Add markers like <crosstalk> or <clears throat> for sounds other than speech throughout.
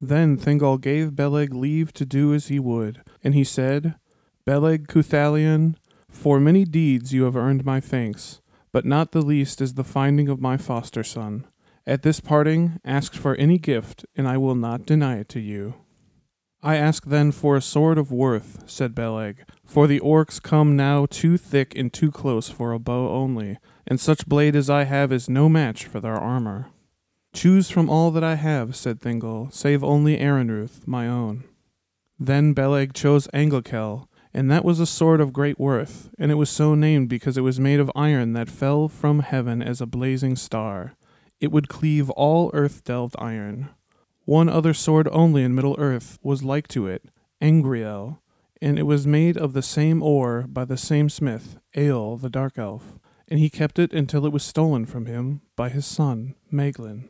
Then Thingol gave Beleg leave to do as he would, and he said, Beleg Cuthalion, for many deeds you have earned my thanks, but not the least is the finding of my foster son. At this parting ask for any gift, and I will not deny it to you. I ask then for a sword of worth, said Beleg, for the orcs come now too thick and too close for a bow only, and such blade as I have is no match for their armor. Choose from all that I have, said Thingol, save only Erinruth, my own. Then Beleg chose Angilkel, and that was a sword of great worth, and it was so named because it was made of iron that fell from heaven as a blazing star. It would cleave all earth delved iron. One other sword only in Middle Earth was like to it, Angriel, and it was made of the same ore by the same smith, Ael the Dark Elf, and he kept it until it was stolen from him by his son, Meglin.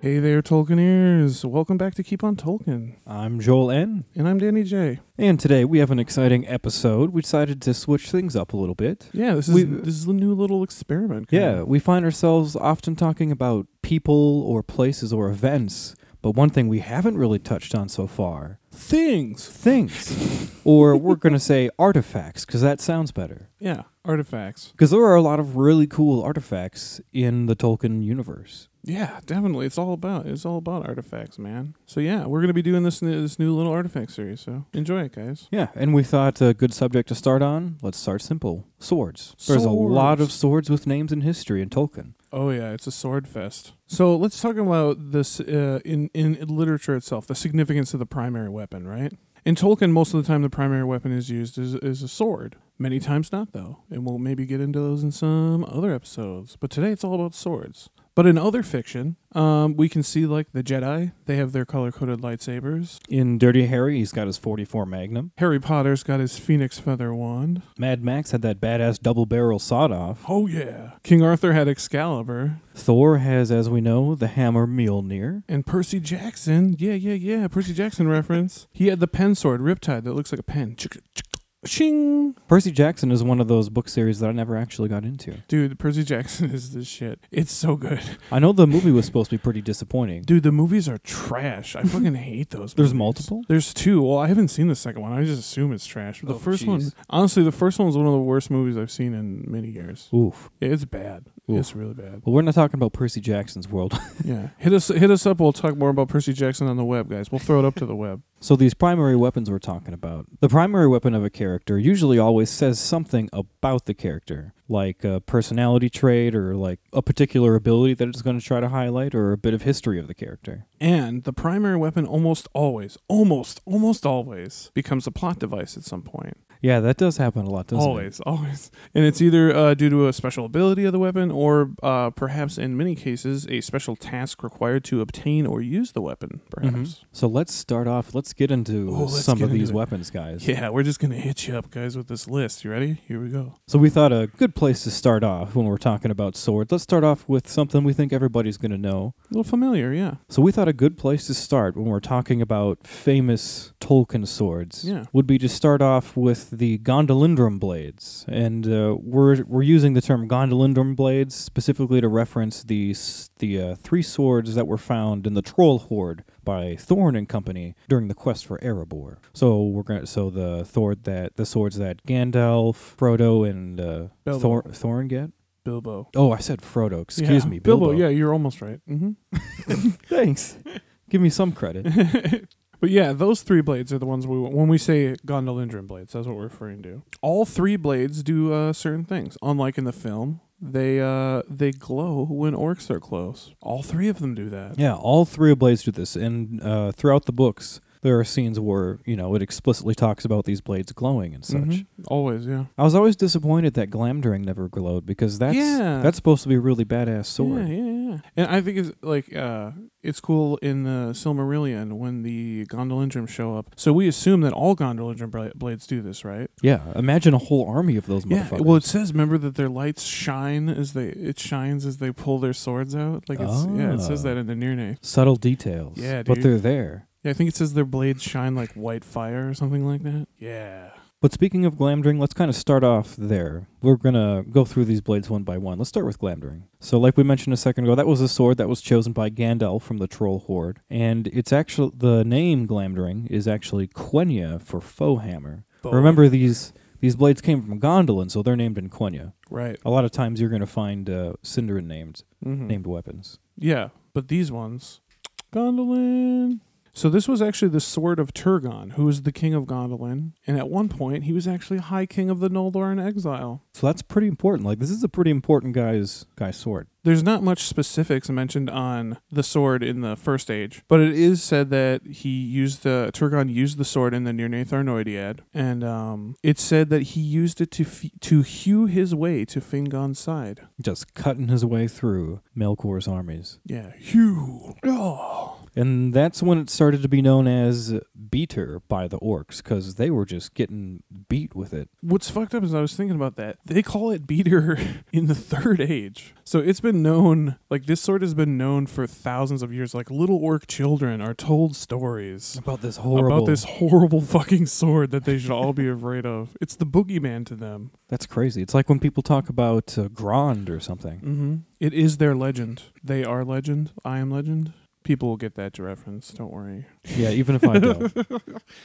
Hey there, Tolkieners! Welcome back to Keep on Tolkien, I'm Joel N, and I'm Danny J. and today we have an exciting episode. We decided to switch things up a little bit. Yeah, this is We- this is a new little experiment. kinda. Yeah, we find ourselves often talking about people or places or events, but one thing we haven't really touched on so far things. things. or we're going to say artifacts, because that sounds better. Yeah, artifacts. Because there are a lot of really cool artifacts in the Tolkien universe. Yeah, definitely. It's all about it's all about artifacts, man. So yeah, we're gonna be doing this new, this new little artifact series. So enjoy it, guys. Yeah, and we thought a good subject to start on, let's start simple swords. There's a lot of Swords. swords with names in history in Tolkien. Oh yeah, it's a sword fest. So let's talk about this uh, in in literature itself, the significance of the primary weapon, right? In Tolkien, most of the time the primary weapon is used is, is a sword. Many times not though, and we'll maybe get into those in some other episodes. But today it's all about swords. But in other fiction, um, we can see like the Jedi, they have their color coded lightsabers. In Dirty Harry, he's got his 44 Magnum. Harry Potter's got his phoenix feather wand. Mad Max had that badass double barrel sawed off. Oh yeah. King Arthur had Excalibur. Thor has, as we know, the hammer Mjolnir. And Percy Jackson, yeah, yeah, yeah, Percy Jackson reference. He had the pen sword, Riptide, that looks like a pen. Chick, chick, Shing! Percy Jackson is one of those book series that I never actually got into. Dude, Percy Jackson <laughs> is this shit. It's so good. I know the movie was supposed to be pretty disappointing. Dude, the movies are trash. I <laughs> fucking hate those. There's movies. multiple? There's two. Well, I haven't seen the second one. I just assume it's trash. But the Oh, first jeez. one, honestly, the first one was one of the worst movies I've seen in many years. Oof. Yeah, It's bad. Oof. It's really bad. Well, we're not talking about Percy Jackson's world. <laughs> Yeah, hit us, hit us up. We'll talk more about Percy Jackson on the web, guys. We'll throw it up to the web. so, these primary weapons we're talking about. The primary weapon of a character usually always says something about the character, like a personality trait or like a particular ability that it's going to try to highlight or a bit of history of the character. And the primary weapon almost always, almost, almost always becomes a plot device at some point. Yeah, that does happen a lot, doesn't it? always, always. And it's either uh, due to a special ability of the weapon or uh, perhaps in many cases a special task required to obtain or use the weapon, perhaps. So let's start off. Let's get into Ooh, let's some get of into these it. weapons, guys. Yeah, we're just going to hit you up, guys, with this list. You ready? Here we go. So we thought a good place to start off when we're talking about swords. Let's start off with something we think everybody's going to know. A little familiar, yeah. So we thought a good place to start when we're talking about famous Tolkien swords Yeah. would be to start off with the Gondolindrum blades, and uh, we're we're using the term Gondolindrum blades specifically to reference the s- the uh, three swords that were found in the Troll Horde by Thorn and Company during the quest for Erebor. So we're going to so the sword that the swords that Gandalf, Frodo, and uh, Bilbo. Thor- Thorin get. Bilbo. Oh, I said Frodo. Excuse Yeah. me, Bilbo. Bilbo. Yeah, you're almost right. hmm thanks. <laughs> Give me some credit. But yeah, those three blades are the ones we when we say gondolindron blades. That's what we're referring to. All three blades do uh, certain things. Unlike in the film, they uh, they glow when orcs are close. All three of them do that. Yeah, all three of Blades do this, and uh, throughout the books, there are scenes where you know it explicitly talks about these blades glowing and such. Mhm. Always, yeah. I was always disappointed that Glamdring never glowed because that's Yeah. that's supposed to be a really badass sword. Yeah, yeah, yeah. And I think it's like uh, it's cool in the Silmarillion when the Gondolindrum show up. So we assume that all Gondolindrum bla- blades do this, right? Yeah, imagine a whole army of those Yeah. motherfuckers. Well, it says remember that their lights shine as they it shines as they pull their swords out. Like it's yeah, it says Ah. that in the Nirne. subtle details. Yeah, but dude. they're there. Yeah, I think it says their blades shine like white fire or something like that. Yeah. But speaking of Glamdring, let's kind of start off there. We're going to go through these blades one by one. Let's start with Glamdring. So, like we mentioned a second ago, that was a sword that was chosen by Gandalf from the Troll Horde. And it's actually, the name Glamdring is actually Quenya for foe hammer. Bow. Remember, these, these blades came from Gondolin, so they're named in Quenya. Right. A lot of times you're going to find uh, Sindarin named, Mhm. named weapons. Yeah, but these ones, Gondolin. So this was actually the sword of Turgon, who was the king of Gondolin, and at one point he was actually high king of the Noldor in exile. So that's pretty important. Like, this is a pretty important guy's, guy's sword. There's not much specifics mentioned on the sword in the First Age, but it is said that he used the Turgon used the sword in the Nirnaeth Arnoidiad, and um, it's said that he used it to f- to hew his way to Fingon's side. Just cutting his way through Melkor's armies. Yeah, hew. Oh. And that's when it started to be known as beater by the orcs because they were just getting beat with it. What's fucked up is I was thinking about that. They call it beater <laughs> in the third age. So it's been known, like this sword has been known for thousands of years. Like little orc children are told stories About this horrible. about this horrible <laughs> fucking sword that they should all be afraid of. It's the boogeyman to them. That's crazy. It's like when people talk about uh, Grond or something. Mm-hmm. It is their legend. They are legend. I am legend. People will get that reference. Don't worry. Yeah, even <laughs> if I don't.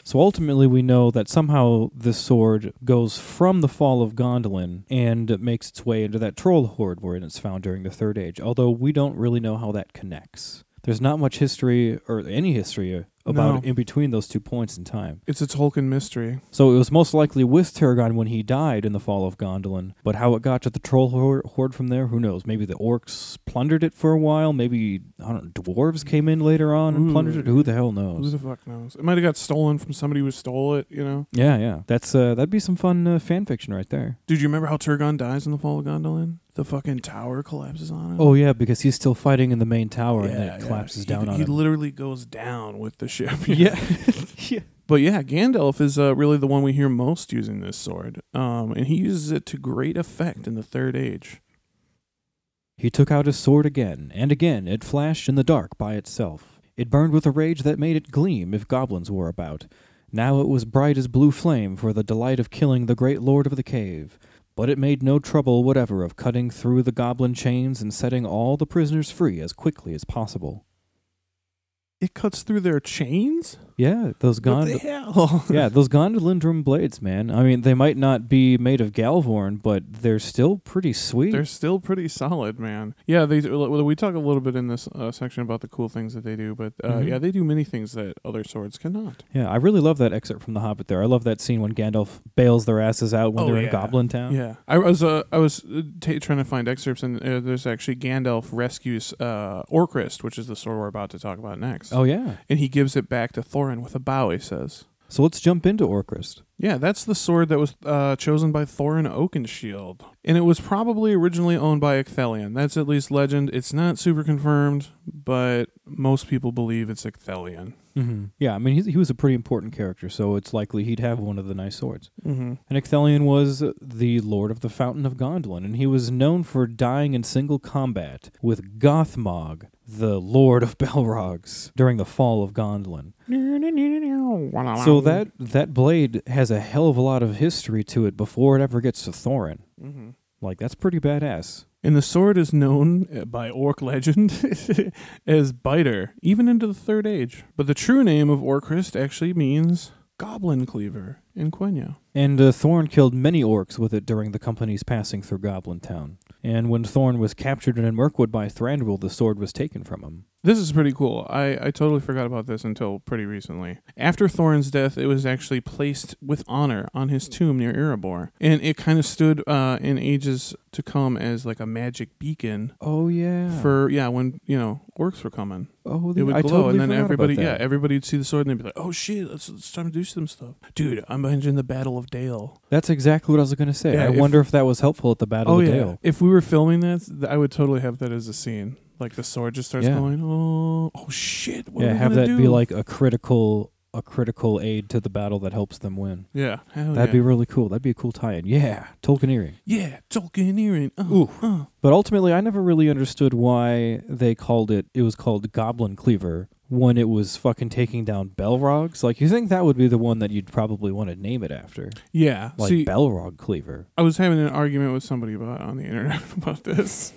so ultimately, we know that somehow this sword goes from the fall of Gondolin and it makes its way into that troll horde wherein it's found during the Third Age, although we don't really know how that connects. There's not much history or any history uh, about No. it in between those two points in time. It's a Tolkien mystery. So it was most likely with Tarragon when he died in the fall of Gondolin, but how it got to the troll hor- horde from there, who knows? Maybe the orcs plundered it for a while. Maybe I don't know, dwarves came in later on and Ooh. plundered it. Who the hell Who knows? the fuck knows? It might have got stolen from somebody who stole it, you know? Yeah, yeah. That's uh, that'd be some fun uh, fan fiction right there. Dude, you remember how Turgon dies in the Fall of Gondolin? The fucking tower collapses on him. Oh yeah, because he's still fighting in the main tower and then it yeah. collapses He- down on He him. literally goes down with the <laughs> ship. <laughs> yeah. <laughs> yeah. but yeah, Gandalf is uh, really the one we hear most using this sword, um, and he uses it to great effect in the Third Age. He took out his sword again, and again it flashed in the dark by itself. It burned with a rage that made it gleam if goblins were about. Now it was bright as blue flame for the delight of killing the great lord of the cave. But it made no trouble whatever of cutting through the goblin chains and setting all the prisoners free as quickly as possible. It cuts through their chains. Yeah, those What gond- the hell? <laughs> <laughs> yeah, those gondolindrum blades, man. I mean, they might not be made of galvorn, but they're still pretty sweet. They're still pretty solid, man. Yeah, they. Well, we talk a little bit in this uh, section about the cool things that they do, but uh, Mhm. yeah, they do many things that other swords cannot. Yeah, I really love that excerpt from The Hobbit there. I love that scene when Gandalf bails their asses out when Oh, they're in yeah. Goblin Town. Yeah, I was uh, I was uh, ta trying to find excerpts, and uh, there's actually Gandalf rescues uh, Orcrist, which is the sword we're about to talk about next, Oh, yeah. and he gives it back to Thorin with a bow. He says, So let's jump into Orcrist. "Yeah, that's the sword that was uh, chosen by Thorin Oakenshield, and it was probably originally owned by Icthelion. That's at least legend. It's not super confirmed, but most people believe it's Icthelion." Mm-hmm. Yeah, I mean, he's, he was a pretty important character, so it's likely he'd have one of the nice swords. Mm-hmm. And Icthelion was the Lord of the Fountain of Gondolin, and he was known for dying in single combat with Gothmog, the Lord of <laughs> Belrogs, during the fall of Gondolin. So that, that blade has a hell of a lot of history to it before it ever gets to Thorin. hmm Like, that's pretty badass. And the sword is known uh, by orc legend <laughs> as Biter, even into the Third Age. But the true name of Orcrist actually means Goblin Cleaver in Quenya. And uh, Thorn killed many orcs with it during the company's passing through Goblin Town. And when Thorn was captured in Mirkwood by Thranduil, the sword was taken from him. This is pretty cool. I, I totally forgot about this until pretty recently. After Thorin's death, it was actually placed with honor on his tomb near Erebor, and it kind of stood uh, in ages to come as like a magic beacon Oh yeah. for yeah when you know orcs were coming. oh, It would I glow, totally and then forgot everybody about yeah that. everybody'd see the sword and they'd be like, oh shit, it's, it's time to do some stuff, dude. I'm in the Battle of Dale. That's exactly what I was going to say. Yeah, I if- wonder if that was helpful at the Battle oh of yeah, Dale. if we were filming that, th- I would totally have that as a scene. Like the sword just starts Yeah. going, oh, oh shit. What are yeah, we have gonna that be do?" like a critical a critical aid to the battle that helps them win. yeah, hell That'd Oh, yeah. be really cool. That'd be a cool tie-in. Yeah, Tolkieneering. Yeah, Tolkieneering. Uh, Ooh. uh. But ultimately, I never really understood why they called it. It was called Goblin Cleaver when it was fucking taking down Belrogs. Like you think that would be the one that you'd probably want to name it after, Yeah. like See, Belrog Cleaver. I was having an argument with somebody about on the internet <laughs> about this.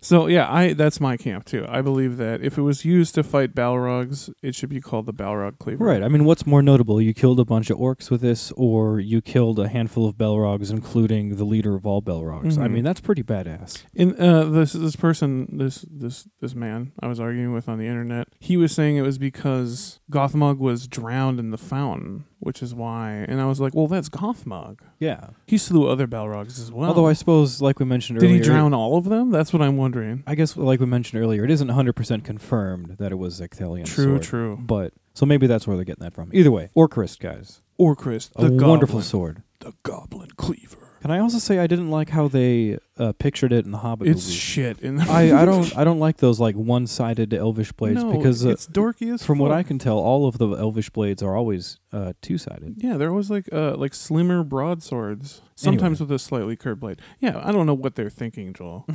so yeah, I that's my camp too. I believe that if it was used to fight Balrogs, it should be called the Balrog Cleaver. Right. I mean, what's more notable? You killed a bunch of orcs with this, or you killed a handful of Belrogs, including the leader of all Belrogs. I Mhm. mean, that's pretty badass. And uh, this this person, this this this man I was arguing with on the internet, he was saying it was because Gothmog was drowned in the fountain, which is why. And I was like, well, that's Gothmog. Yeah. He slew other Balrogs as well. Although I suppose, like we mentioned did earlier, he drown all of them? That's what I'm wondering. I guess, like we mentioned earlier, it isn't 100% confirmed that it was Icthalion. True, sword, true. But so maybe that's where they're getting that from. Either way, Orcrist, guys, Orcrist, a the wonderful goblin, sword. the Goblin Cleaver. Can I also say I didn't like how they uh, pictured it in the Hobbit It's movies. shit. In the I, <laughs> I don't I don't like those like one-sided Elvish blades no, because uh, it's dorky as from what I fuck. can tell, all of the Elvish blades are always uh, two-sided. Yeah, there was like uh like slimmer broadswords, sometimes with a slightly curved blade. Yeah, I don't know what they're thinking, Joel.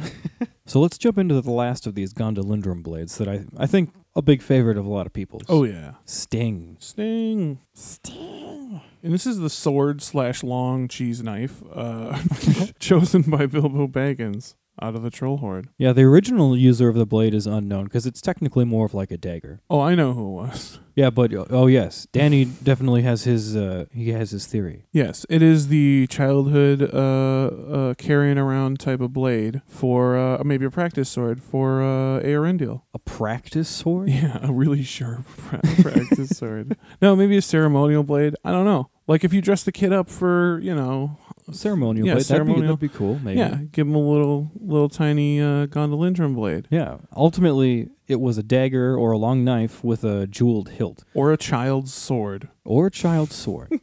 So let's jump into the last of these Gondolindrum blades that I I think a big favorite of a lot of people's. oh yeah, Sting. sting, sting. And this is the sword slash long cheese knife uh, <laughs> chosen by Bilbo Baggins out of the Troll Horde. Yeah, the original user of the blade is unknown because it's technically more of like a dagger. Oh, I know who it was. Yeah, but oh yes, Danny definitely has his uh, he has his theory. Yes, it is the childhood uh, uh, carrying around type of blade for uh, maybe a practice sword for uh, Aerendil. A practice <laughs> sword? Yeah, a really sharp <laughs> pra- practice sword. No, maybe a ceremonial blade. I don't know. Like if you dress the kid up for, you know, Ceremonial Yeah, blade. ceremonial. That'd, be, that'd be cool, maybe. yeah, give him a little, little tiny uh, gondolindrum blade Yeah. Ultimately, it was a dagger or a long knife with a jeweled hilt or a child's sword. or a child's <laughs> sword.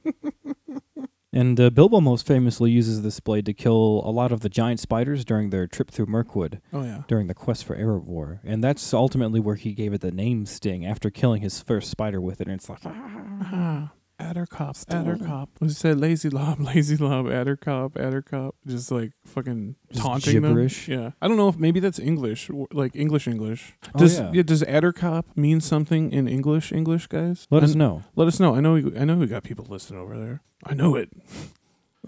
and uh, Bilbo most famously uses this blade to kill a lot of the giant spiders during their trip through Mirkwood Oh yeah, during the quest for Erebor. And that's ultimately where he gave it the name Sting after killing his first spider with it. And it's like, ah, adder cop, Still adder alive. cop. Was it said lazy lob, <laughs> lazy lob, adder cop, adder cop? Just like fucking Just taunting gibberish. them. Yeah, I don't know if maybe that's English, w- like English English. Oh, Does yeah. yeah, does adder cop mean something in English English guys? let I- us know. Let us know. I know. We, I know we got people listening over there. I know it.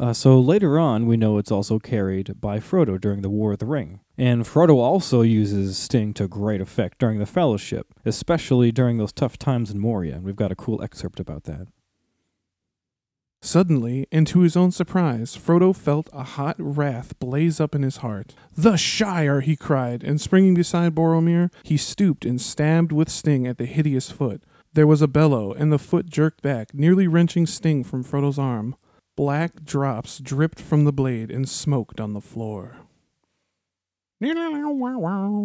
Uh, so later on, we know it's also carried by Frodo during the War of the Ring. And Frodo also uses Sting to great effect during the Fellowship, especially during those tough times in Moria. And we've got a cool excerpt about that. Suddenly, and to his own surprise, Frodo felt a hot wrath blaze up in his heart. The Shire! he cried, and springing beside Boromir, he stooped and stabbed with Sting at the hideous foot. There was a bellow, and the foot jerked back, nearly wrenching Sting from Frodo's arm. Black drops dripped from the blade and smoked on the floor.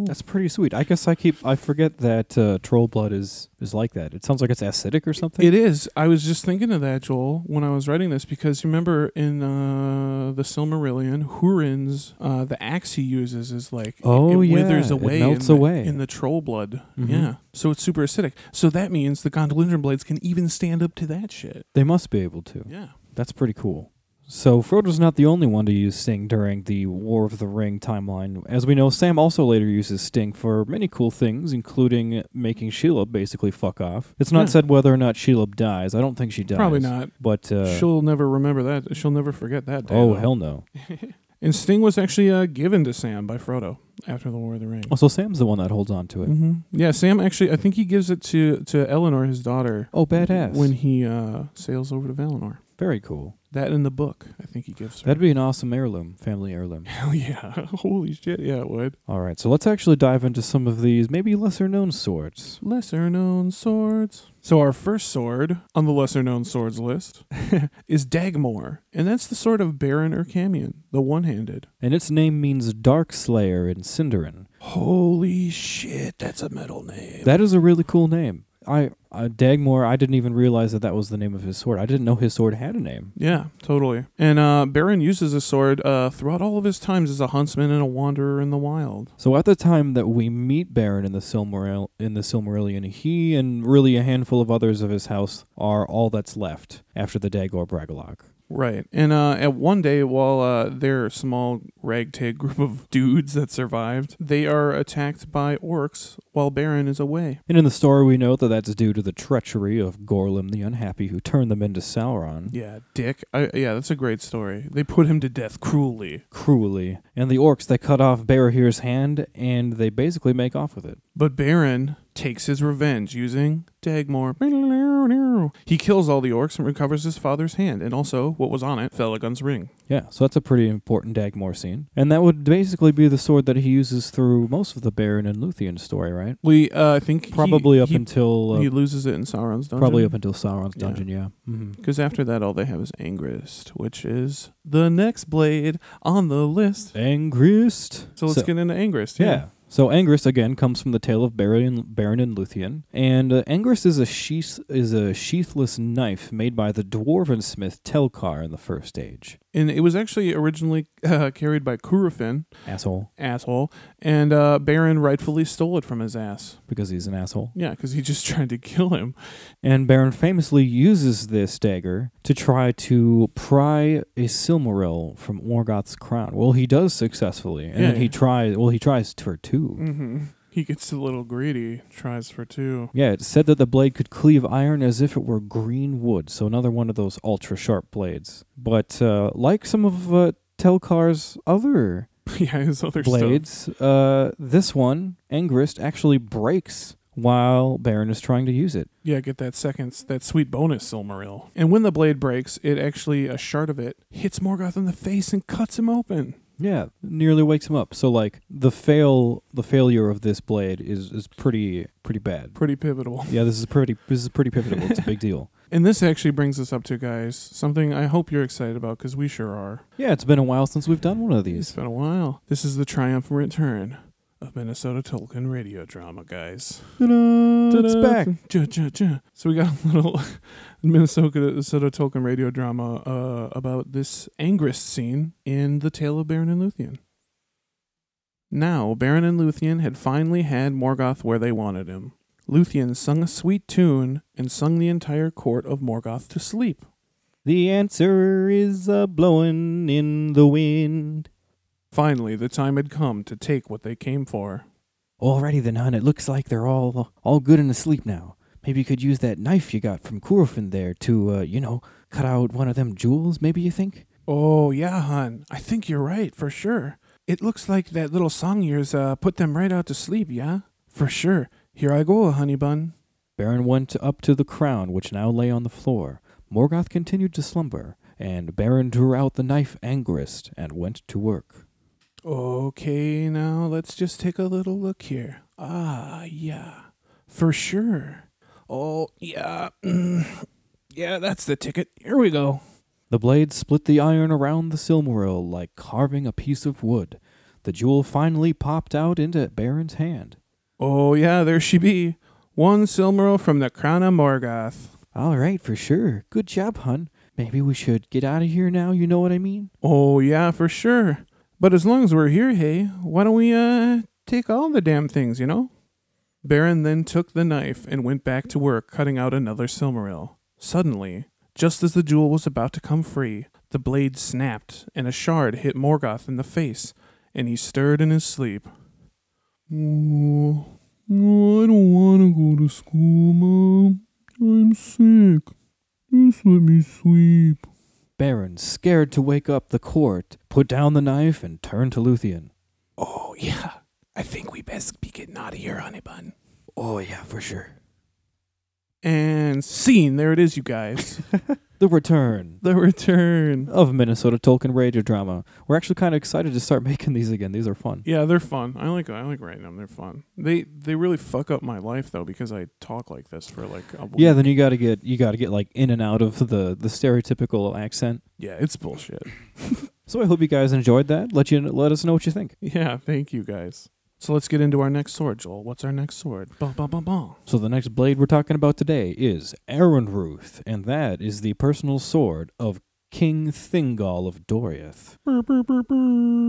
That's pretty sweet. I guess I keep I forget that uh, troll blood is is like that. It sounds like it's acidic or something. It is. I was just thinking of that, Joel, when I was writing this because remember in uh, the Silmarillion, Hurin's uh, the axe he uses is like Oh, it, it yeah. withers It away, melts in, away. The, in the troll blood. Mhm. Yeah, so it's super acidic. So that means the Gondolindrum blades can even stand up to that shit. they must be able to. Yeah. That's pretty cool. So Frodo's not the only one to use Sting during the War of the Ring timeline. As we know, Sam also later uses Sting for many cool things, including making Shelob basically fuck off. It's not Yeah. said whether or not Shelob dies. I don't think she dies. Probably not. But uh, She'll never remember that. She'll never forget that day. oh though. hell no. And Sting was actually uh, given to Sam by Frodo after the War of the Ring. Oh, so Sam's the one that holds on to it. hmm Yeah, Sam actually, I think he gives it to to Eleanor, his daughter, Oh, badass. when he uh, sails over to Valinor. Very cool. That in the book, I think he gives her. That'd be an awesome heirloom, family <laughs> heirloom. Hell yeah. Holy shit, yeah, it would. All right, so let's actually dive into some of these maybe lesser known swords. Lesser known swords. So, our first sword on the lesser known swords list <laughs> is Dagmor, and that's the sword of Baron Urkamion, the one handed. And its name means Dark Slayer in Sindarin. Holy shit, that's a metal name. That is a really cool name. I uh, Dagmor, I didn't even realize that that was the name of his sword. I didn't know his sword had a name. yeah, totally. And uh, Baron uses this sword uh, throughout all of his times as a huntsman and a wanderer in the wild. So at the time that we meet Baron in the Silmaril- in the Silmarillion, he and really a handful of others of his house are all that's left after the Dagor Bragalog. Right. And uh, at one day, while uh, their small ragtag group of <laughs> dudes that survived, they are attacked by orcs while Baron is away. And in the story, we know that that's due to the treachery of Gorlim the Unhappy, who turned them into Sauron Yeah, Dick. I, yeah, that's a great story. They put him to death cruelly. cruelly. And the orcs, they cut off Barahir's hand and they basically make off with it. But Baron takes his revenge using Dagmor. He kills all the orcs and recovers his father's hand, and also what was on it, Felagund's ring. Yeah, so that's a pretty important Dagmor scene. And that would basically be the sword that he uses through most of the Baron and Luthien story, right? We, uh, I think, he- Probably up he, until uh, he loses it in Sauron's dungeon. probably up until Sauron's Yeah. Mm-hmm. dungeon, yeah. hmm Because after that, all they have is Angrist, which is the next blade on the list. Angrist. So let's get into Angrist. Yeah. So Angrist again comes from the tale of Baron Baron and Luthien, and uh, Angrist is a sheath is a sheathless knife made by the dwarven smith Telkar in the First Age. And it was actually originally uh, carried by Kurafin, Asshole, asshole, and uh, Baron rightfully stole it from his ass. because he's an asshole. Yeah, because he just <laughs> tried to kill him. And Baron famously uses this dagger to try to pry a Silmaril from Morgoth's crown. Well, he does successfully, and Yeah, then he yeah. tries. Well, he tries for two. hmm He gets a little greedy, tries for two. <laughs> Yeah, it said that the blade could cleave iron as if it were green wood, so another one of those ultra sharp blades. But uh, like some of uh, Telkar's other yeah, his other stuff. blades, uh, this one, Angrist, actually breaks while Baron is trying to use it. Yeah, get that second, that sweet bonus Silmaril. And when the blade breaks, it actually, a shard of it hits Morgoth in the face and cuts him open. Yeah, nearly wakes him up. So like the fail, the failure of this blade is is pretty pretty bad. Pretty pivotal. Yeah, this is pretty this is pretty pivotal. It's a big <laughs> deal. And this actually brings us up to, guys, something I hope you're excited about because we sure are. Yeah, it's been a while since we've done one of It's these. been a while. This is the triumphant return of Minnesota Tolkien radio drama, guys. Ta-da, it's back. Ja, ja, ja. So we got a little <laughs> Minnesota, Minnesota Tolkien radio drama uh, about this Angrist scene in The Tale of Baron and Luthien. Now, Baron and Luthien had finally had Morgoth where they wanted him. Luthien sung a sweet tune and sung the entire court of Morgoth to sleep. The answer is a blowing in the wind. Finally, the time had come to take what they came for. Alrighty then, hun. It looks like they're all all good and asleep now. Maybe you could use that knife you got from Kurofin there to, uh, you know, cut out one of them jewels. Maybe you think? Oh, yeah, hon. I think you're right, for sure. It looks like that little song of yours uh, put them right out to sleep, yeah? For sure. Here I go, honey bun. Baron went up to the crown, which now lay on the floor. Morgoth continued to slumber, and Baron drew out the knife Angrist and went to work. Okay, now let's just take a little look here. Ah, yeah. For sure. Oh, yeah. Mm. yeah, that's the ticket. Here we go. The blade split the iron around the Silmaril like carving a piece of wood. The jewel finally popped out into Baron's hand. Oh, yeah, there she be. One Silmaril from the crown of Morgoth. All right, for sure. Good job, hun. Maybe we should get out of here now, you know what I mean? Oh yeah, for sure. But as long as we're here, hey, why don't we uh take all the damn things, you know? Baron then took the knife and went back to work cutting out another Silmaril. Suddenly, just as the jewel was about to come free, the blade snapped and a shard hit Morgoth in the face, and he stirred in his sleep. Oh, I don't want to go to school, Mom. I'm sick. Just let me sleep. Baron, scared to wake up the court, put down the knife and turned to Luthien. Oh, <laughs> yeah. I think we best be getting out of here, honey bun. Oh, yeah, for sure. <laughs> And scene. There it is, you guys. <laughs> the return The return. of Minnesota Tolkien Radio Drama. We're actually kind of excited to start <laughs> making these again. These are fun. Yeah, they're fun. I like I like writing them. They're fun. They they really fuck up my life though because I talk like this for like a week. Yeah, then you gotta get you gotta get like in and out of the the stereotypical accent. yeah, it's bullshit. So I hope you guys enjoyed that. Let you let us know what you think. Yeah, thank you guys. So let's get into our next sword, Joel. What's our next sword? Bah, bah, bah, bah. So the next blade we're talking about today is Ruth, and that is the personal sword of King Thingol of Doriath. Brr, brr, brr, brr.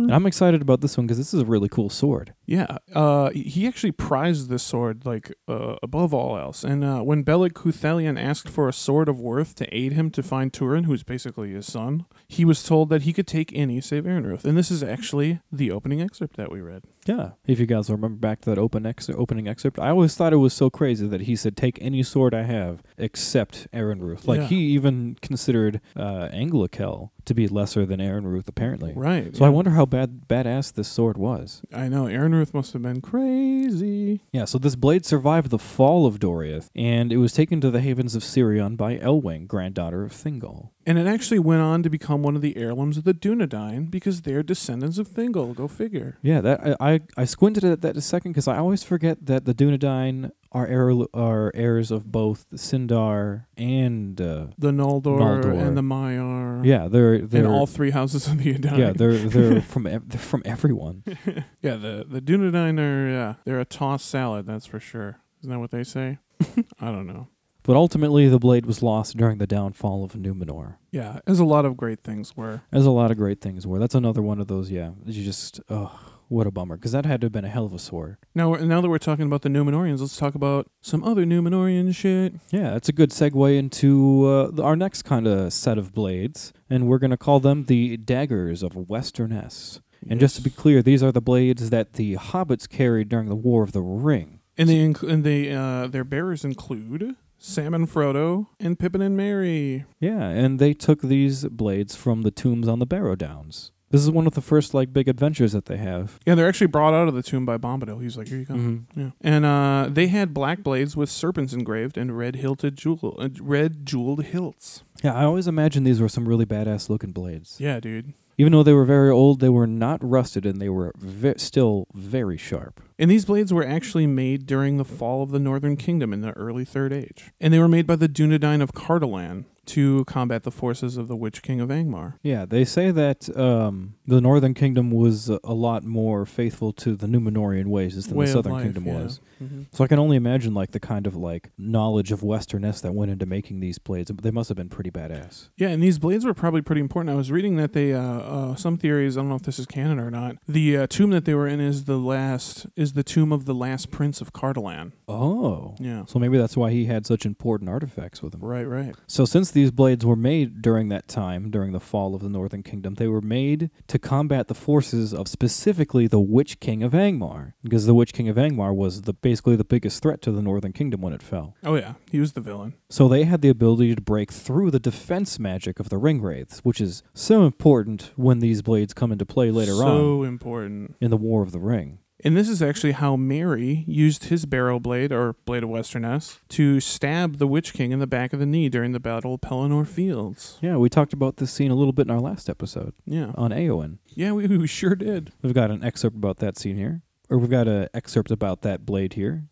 And I'm excited about this one because this is a really cool sword. Yeah, uh, he actually prized this sword like uh, above all else. And uh, when Bela Cuthelian asked for a sword of worth to aid him to find Turin, who's basically his son, he was told that he could take any save Aaronruth. And this is actually the opening excerpt that we read. Yeah. If you guys remember back to that open ex- opening excerpt, I always thought it was so crazy that he said, "Take any sword I have, except Ruth." Like Yeah. he even considered uh, Anglicel to be lesser than Ruth, apparently. Right. So I wonder how bad badass this sword was. I know Aaronruth must have been crazy. Yeah, so this blade survived the fall of Doriath, and it was taken to the havens of Sirion by Elwing, granddaughter of Thingol. And it actually went on to become one of the heirlooms of the Dunedain because they're descendants of Thingol. Go figure. Yeah, that I, I, I squinted at that a second because I always forget that the Dunedain are, heir, are heirs of both Sindar and uh, The Noldor, Noldor. and the Maiar. yeah, they're they're And all three houses of the <laughs> Adon. yeah they're they're from ev- they're from everyone. <laughs> Yeah, the the Dunedain are yeah, they're a tossed salad, that's for sure. Isn't that what they say? <laughs> I don't know. But ultimately, the blade was lost during the downfall of Numenor. Yeah, as a lot of great things were. There's a lot of great things where that's another one of those. Yeah, you just oh what a bummer because that had to have been a hell of a sword. Now, we're- now that we're talking about the Numenorians, let's talk about some other Numenorian shit. Yeah, that's a good segue into uh, th- our next kind of set of blades, and we're going to call them the daggers of Westerness. And just to be clear, these are the blades that the hobbits carried during the War of the Ring. and they inc- and they uh, their bearers include Sam and Frodo and Pippin and Mary. Yeah, and they took these blades from the tombs on the Barrow Downs. This is one of the first like big adventures that they have. Yeah, they're actually brought out of the tomb by Bombadil. He's like, "Here you go." Mm-hmm. Yeah. And uh, they had black blades with serpents engraved and red hilted jewel uh, red jeweled hilts. Yeah, I always imagined these were some really badass looking blades. Yeah, dude. Even though they were very old, they were not rusted and they were ve- still very sharp. And these blades were actually made during the fall of the Northern Kingdom in the early Third Age. And they were made by the Dunedain of Cardolan to combat the forces of the Witch King of Angmar. Yeah, they say that um, the Northern Kingdom was a a lot more faithful to the Numenorian ways than Way the of Southern life, Kingdom yeah. was. Mhm. So I can only imagine like the kind of like knowledge of Westerness that went into making these blades. They must have been pretty badass. Yeah, and these blades were probably pretty important. I was reading that they, uh, uh, some theories, I don't know if this is canon or not, the uh, tomb that they were in is the last, is the tomb of the last prince of Cardolan. Oh. Yeah. So maybe that's why he had such important artifacts with him. Right, right. So since these blades were made during that time, during the fall of the Northern Kingdom, they were made to combat the forces of specifically the Witch King of Angmar, because the Witch King of Angmar was the basically the biggest threat to the Northern Kingdom when it fell. Oh, yeah. He was the villain. So they had the ability to break through the defense magic of the Ringwraiths, which is so important when these blades come into play later on So important. in the War of the Ring. And this is actually how Mary used his barrow blade, or blade of Westerness, to stab the Witch King in the back of the knee during the Battle of Pelennor Fields. Yeah, we talked about this scene a little bit in our last episode Yeah. on Aowen. Yeah, we, we sure did. We've got an excerpt about that scene here, or we've got an excerpt about that blade here.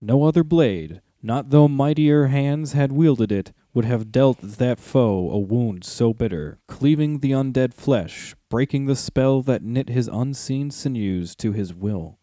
No other blade, not though mightier hands had wielded it, would have dealt that foe a wound so bitter, cleaving the undead flesh, breaking the spell that knit his unseen sinews to his will.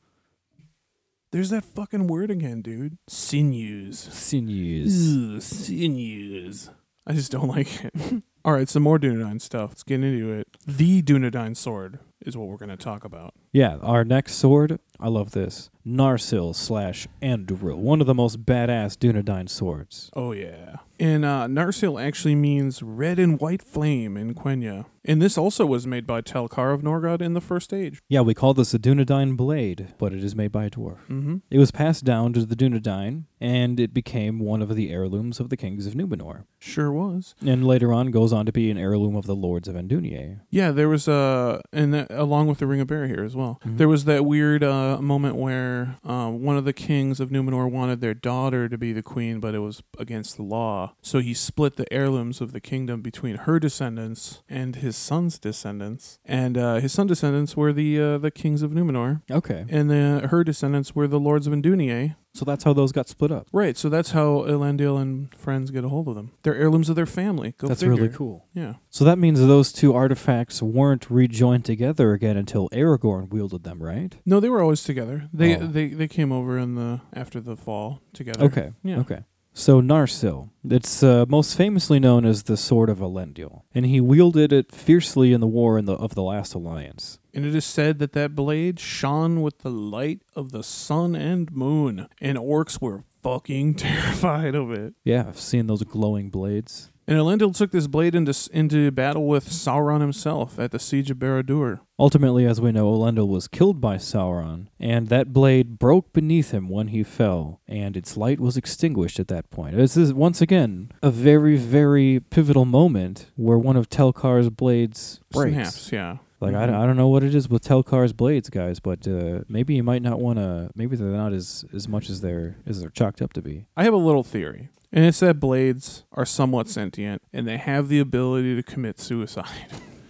There's that fucking word again, dude. Sinews. Sinews. Ugh, sinews. I just don't like it. <laughs> All right, some more Dunedain stuff. Let's get into it. The Dunedain sword is what we're going to talk about. Yeah, our next sword, I love this. Narsil slash Anduril, one of the most badass Dunedain swords. Oh yeah. And uh, Narsil actually means red and white flame in Quenya. And this also was made by Telkar of Norgod in the First Age. Yeah, we call this a Dunedain blade, but it is made by a dwarf. Mm-hmm. It was passed down to the Dunedain, and it became one of the heirlooms of the kings of Numenor, Sure was. and later on goes on to be an heirloom of the lords of Andunier. Yeah, there was uh, and that, along uh, with the Ring of Bear here as well. Mhm. There was that weird uh, a moment where um, one of the kings of Numenor wanted their daughter to be the queen, but it was against the law. So he split the heirlooms of the kingdom between her descendants and his son's descendants. And uh, his son descendants were the uh, the kings of Numenor, Okay. and the, her descendants were the lords of Endunier. So that's how those got split up. Right. So that's how Elendil and friends get a hold of them. They're heirlooms of their family. Go that's figure. really cool. Yeah. So that means those two artifacts weren't rejoined together again until Aragorn wielded them, right? No, they were always together. They Oh. they they came over in the after the fall together. Okay. Yeah. Okay. So Narsil, it's uh, most famously known as the Sword of Elendil, and he wielded it fiercely in the War in the, of the Last Alliance. And it is said that that blade shone with the light of the sun and moon, and orcs were fucking <laughs> terrified of it. Yeah, I've seen those glowing blades. And Elendil took this blade into into battle with Sauron himself at the siege of Barad-dûr. Ultimately, as we know, Elendil was killed by Sauron, and that blade broke beneath him when he fell, and its light was extinguished at that point. This is, once again, a very, very pivotal moment where one of Telkar's blades breaks. Snaps, yeah. Mm-hmm. Like, I don't- I, don't know what it is with Telkar's blades, guys, but uh, maybe you might not want to, maybe they're not as, as much as they're, as they're chalked up to be. I have a little theory, and it's that blades are somewhat sentient and they have the ability to commit suicide.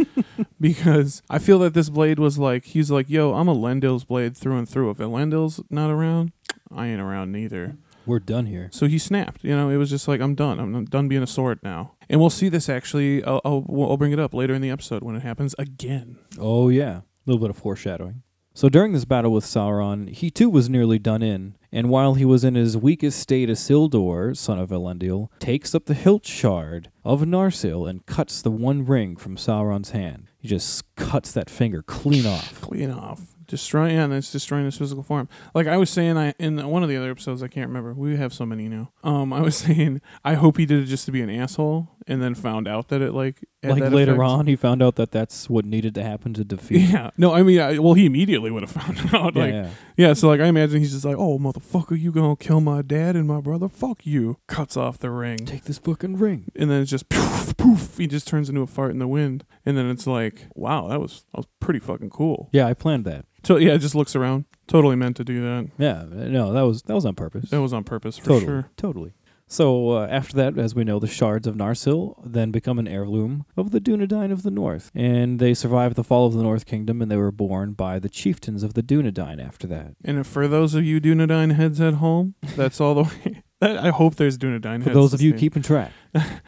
<laughs> because I feel that this blade was like, he's like, yo, I'm a Lendil's blade through and through. If Elendil's not around, I ain't around neither. We're done here. So he snapped. You know, it was just like, I'm done. I'm done being a sword now. And we'll see this actually, I'll, I'll, I'll bring it up later in the episode when it happens again. Oh yeah, a little bit of foreshadowing. So during this battle with Sauron, he too was nearly done in, and while he was in his weakest state, Isildur, son of Elendil, takes up the hilt shard of Narsil and cuts the one ring from Sauron's hand. He just cuts that finger clean off. Clean off. Destroy, yeah, and it's destroying his physical form. Like I was saying, I in one of the other episodes, I can't remember. We have so many now. Um, I was <laughs> saying, I hope he did it just to be an asshole, and then found out that it like had Like that later effect. on, he found out that that's what needed to happen to <laughs> defeat. Yeah. No, I mean, I, well, he immediately would have <laughs> found out. Yeah, Like, yeah, yeah. So like, I imagine he's just like, "Oh, motherfucker, you gonna kill my dad and my brother? Fuck you!" Cuts off the ring, Take this fucking ring. and then it's just poof, poof. He just turns into a fart in the wind, and then it's like, "Wow, that was that was pretty fucking cool." Yeah, I planned that. So yeah, it just looks around. Totally meant to do that. Yeah, no, that was that was on purpose. That was on purpose for totally, sure. Totally. So uh, after that, as we know, the shards of Narsil then become an heirloom of the Dunedain of the North, and they survived the fall of the North Kingdom, and they were born by the chieftains of the Dunedain. After that, And if for those of you Dunedain heads at home, <laughs> that's all the way. <laughs> that- I hope there's Dunedain heads. for those of you listening. keeping track,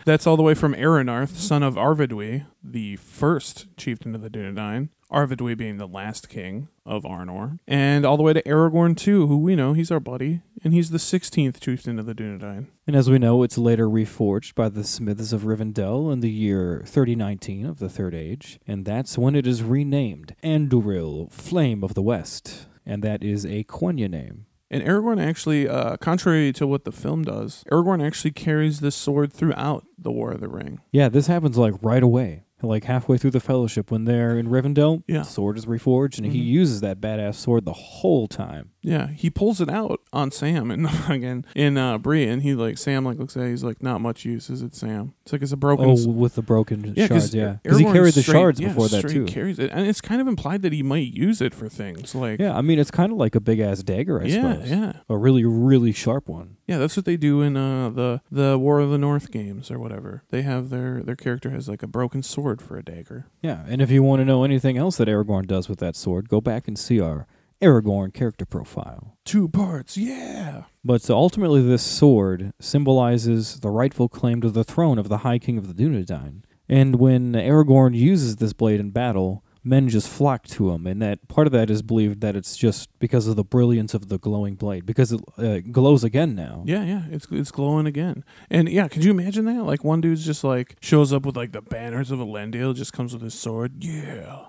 That's all the way from Aranarth, son of Arvidui, the first chieftain of the Dunedain. Arvidui being the last king of Arnor. And all the way to Aragorn too, who we know, he's our buddy. And he's the 16th chieftain of the Dunedain. and as we know, it's later reforged by the smiths of Rivendell in the year 3019 of the Third Age, and that's when it is renamed Anduril, Flame of the West, and that is a Quenya name. And Aragorn actually, uh, contrary to what the film does, Aragorn actually carries this sword throughout the War of the Ring. Yeah, this happens like right away, like halfway through the Fellowship when they're in Rivendell. Yeah. the sword is reforged, and he Mhm. uses that badass sword the whole time. Yeah, he pulls it out on Sam and <laughs> again in uh, Bree, and he like Sam like looks at it, he's like not much use is it Sam? It's like it's a broken. Oh, s- with the broken yeah, shards, yeah, because Aragorn he carried the straight- shards yeah, before that straight too. Carries it, and it's kind of implied that he might use it for things like yeah, I mean it's kind of like a big ass dagger, I yeah, suppose. yeah, A really, really sharp one. yeah. That's what they do in uh, the the War of the North games or whatever. They have their their character has like a broken sword for a dagger. Yeah, and if you want to know anything else that Aragorn does with that sword, go back and see our Aragorn character profile. Two parts, yeah. But so ultimately, this sword symbolizes the rightful claim to the throne of the High King of the Dunedain. And when Aragorn uses this blade in battle, men just flock to him, and that part of that is believed that it's just because of the brilliance of the glowing blade, because it uh, glows again now. Yeah, yeah, it's it's glowing again, and yeah, could you imagine that? Like one dude's just like shows up with like the banners of Elendil, just comes with his sword. Yeah,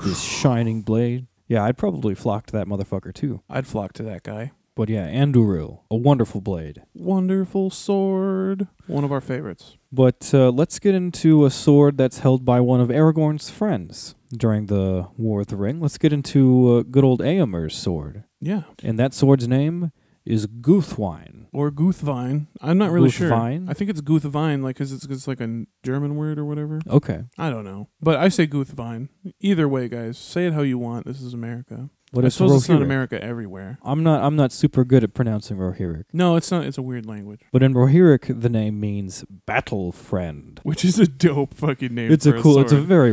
This shining blade. Yeah, I'd probably flock to that motherfucker too. I'd flock to that guy. But yeah, Anduril, a wonderful blade. Wonderful sword, one of our favorites. But uh, let's get into a sword that's held by one of Aragorn's friends during the War of the Ring. Let's get into uh, good old Eomer's sword. Yeah, And that sword's name is Guthwine. or Guthvine. I'm not really sure. Guthvine? I think it's Guthvine, like because it's, it's like a German word or whatever. Okay. I don't know, but I say Guthvine. Either way, guys, say it how you want. This is America. But I it's suppose it's not Rohirrim. America everywhere. I'm not. I'm not super good at pronouncing Rohirric. No, it's not. It's a weird language, <laughs> But in Rohirric, the name means battle friend. which is a dope fucking name. It's a for cool. It's a sword. very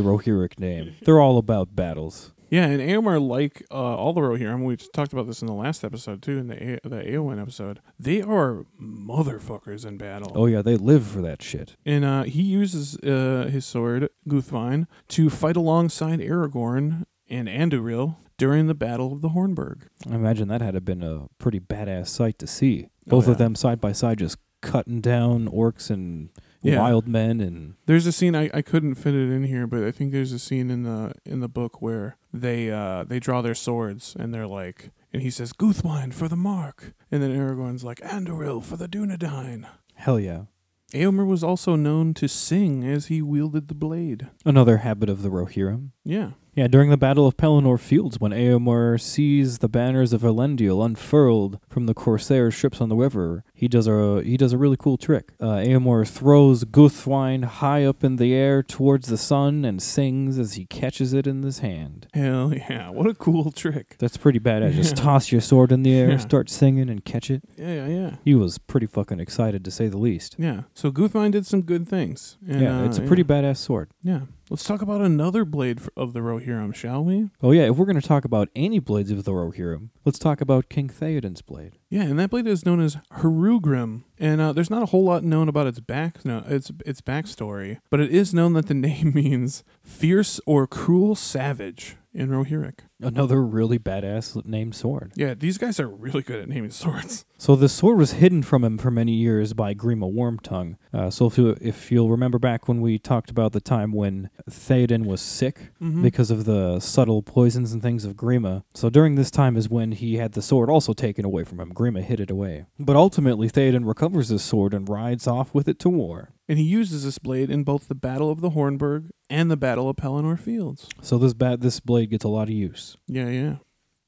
<laughs> Rohirric name. They're all about battles. yeah, and Aomar, like uh, all the Rohirrim, we talked about this in the last episode too, in the A- the Aowen episode. They are motherfuckers in battle. Oh yeah, they live for that shit. And uh, he uses uh, his sword, Guthvine, to fight alongside Aragorn and Anduril during the Battle of the Hornburg. I imagine that had to been a pretty badass sight to see. Oh, Both yeah. of them side by side, just cutting down orcs and Yeah. wild men, and There's a scene I, I couldn't fit it in here, but I think there's a scene in the in the book where they uh, they draw their swords and they're like, and he says Guthwine for the mark, and then Aragorn's like Anduril for the Dunedain. hell yeah, Aomer was also known to sing as he wielded the blade. another habit of the Rohirrim. Yeah, Yeah, during the Battle of Pelennor Fields, when Eomer sees the banners of Elendil unfurled from the Corsair ships on the river, he does a he does a really cool trick. Uh, Eomer throws Guthwine high up in the air towards the sun and sings as he catches it in his hand. hell <laughs> yeah! What a cool trick. That's pretty badass. <laughs> Just Yeah. toss your sword in the air, Yeah. start singing, and catch it. Yeah, yeah, yeah. He was pretty fucking excited to say the least. Yeah. So Guthvine did some good things. And, yeah, uh, it's a pretty yeah. badass sword. Yeah. Let's talk about another blade f- of the Rohirrim, shall we? Oh yeah, if we're gonna talk about any blades of the Rohirrim, let's talk about King Theoden's blade. Yeah, and that blade is known as Harugrim, and uh, there's not a whole lot known about its back no, its its backstory, but it is known that the <laughs> name means fierce or cruel savage in Rohirric. Another really badass named sword. Yeah, these guys are really good at naming swords. So the sword was hidden from him for many years by Grima Wormtongue. Uh, so if, you, if you'll remember back when we talked about the time when Theoden was sick Mhm. because of the subtle poisons and things of Grima. So during this time is when he had the sword also taken away from him. Grima hid it away. But ultimately, Theoden recovers his sword and rides off with it to war. And he uses this blade in both the Battle of the Hornburg and the Battle of Pelennor Fields. So this bat, this blade gets a lot of use. Yeah, yeah.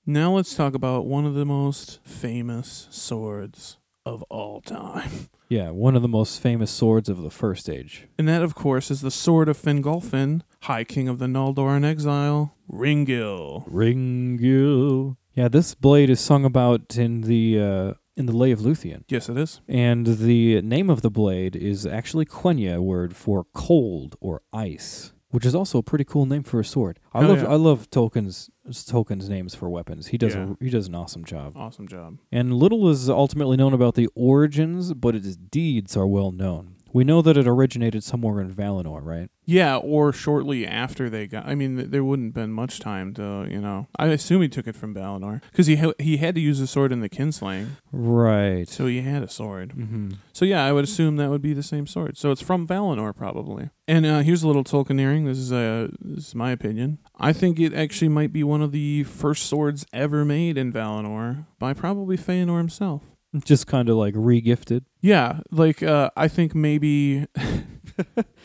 Now let's talk about one of the most famous swords of all time. Yeah, one of the most famous swords of the First Age. And that, of course, is the sword of Fingolfin, High King of the Noldor in exile, Ringil. Ringil. Yeah, this blade is sung about in the uh, in the Lay of Luthien. Yes, it is. And the name of the blade is actually Quenya, a word for cold or ice, which is also a pretty cool name for a sword. I Hell love Oh, yeah. I love Tolkien's Tolkien's names for weapons. He does Yeah. a, he does an awesome job. Awesome job. And little is ultimately known about the origins, but its deeds are well known. We know that it originated somewhere in Valinor, right? Yeah, or shortly after they got. I mean, th- there wouldn't have been much time to, you know. I assume he took it from Valinor because he ha- he had to use a sword in the kinslaying, Right. so he had a sword. mm-hmm. So yeah, I would assume that would be the same sword. So it's from Valinor probably. And uh, here's a little Tolkieneering. This is uh, this is my opinion. I think it actually might be one of the first swords ever made in Valinor by probably Feanor himself. Just kind of like regifted. <laughs> Yeah, like uh, I think maybe <laughs>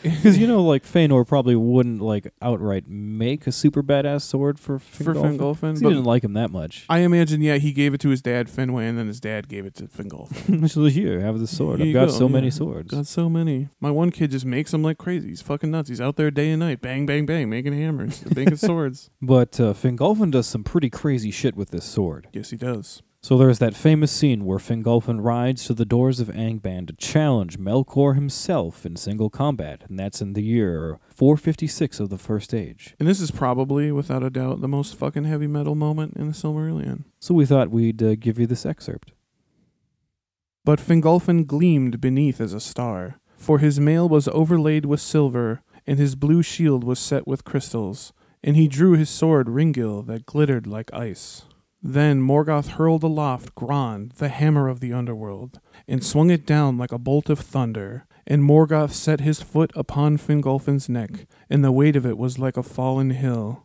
Because you know, like Feanor probably wouldn't like outright make a super badass sword for for Fingolfin. 'Cause Fingolfin, he didn't but like him that much. <laughs> I imagine yeah he gave it to his dad Finway, and then his dad gave it to Fingolfin. So here, have the sword. Here I've you got go, so many yeah. swords. Got so many. My one kid just makes them like crazy. He's fucking nuts. He's out there day and night, bang, bang, bang, making hammers, <laughs> making swords. But uh, Fingolfin does some pretty crazy shit with this sword. Yes, he does. So there's that famous scene where Fingolfin rides to the doors of Angband to challenge Melkor himself in single combat, and that's in the year 456 of the First Age. And this is probably, without a doubt, the most fucking heavy metal moment in the Silmarillion. So we thought we'd uh, give you this excerpt. But Fingolfin gleamed beneath as a star, for his mail was overlaid with silver, and his blue shield was set with crystals, and he drew his sword Ringil that glittered like ice. Then Morgoth hurled aloft Grond, the hammer of the underworld, and swung it down like a bolt of thunder. And Morgoth set his foot upon Fingolfin's neck, and the weight of it was like a fallen hill.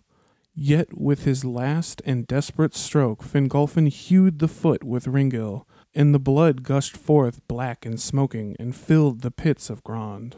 Yet with his last and desperate stroke, Fingolfin hewed the foot with Ringil, and the blood gushed forth black and smoking and filled the pits of Grond.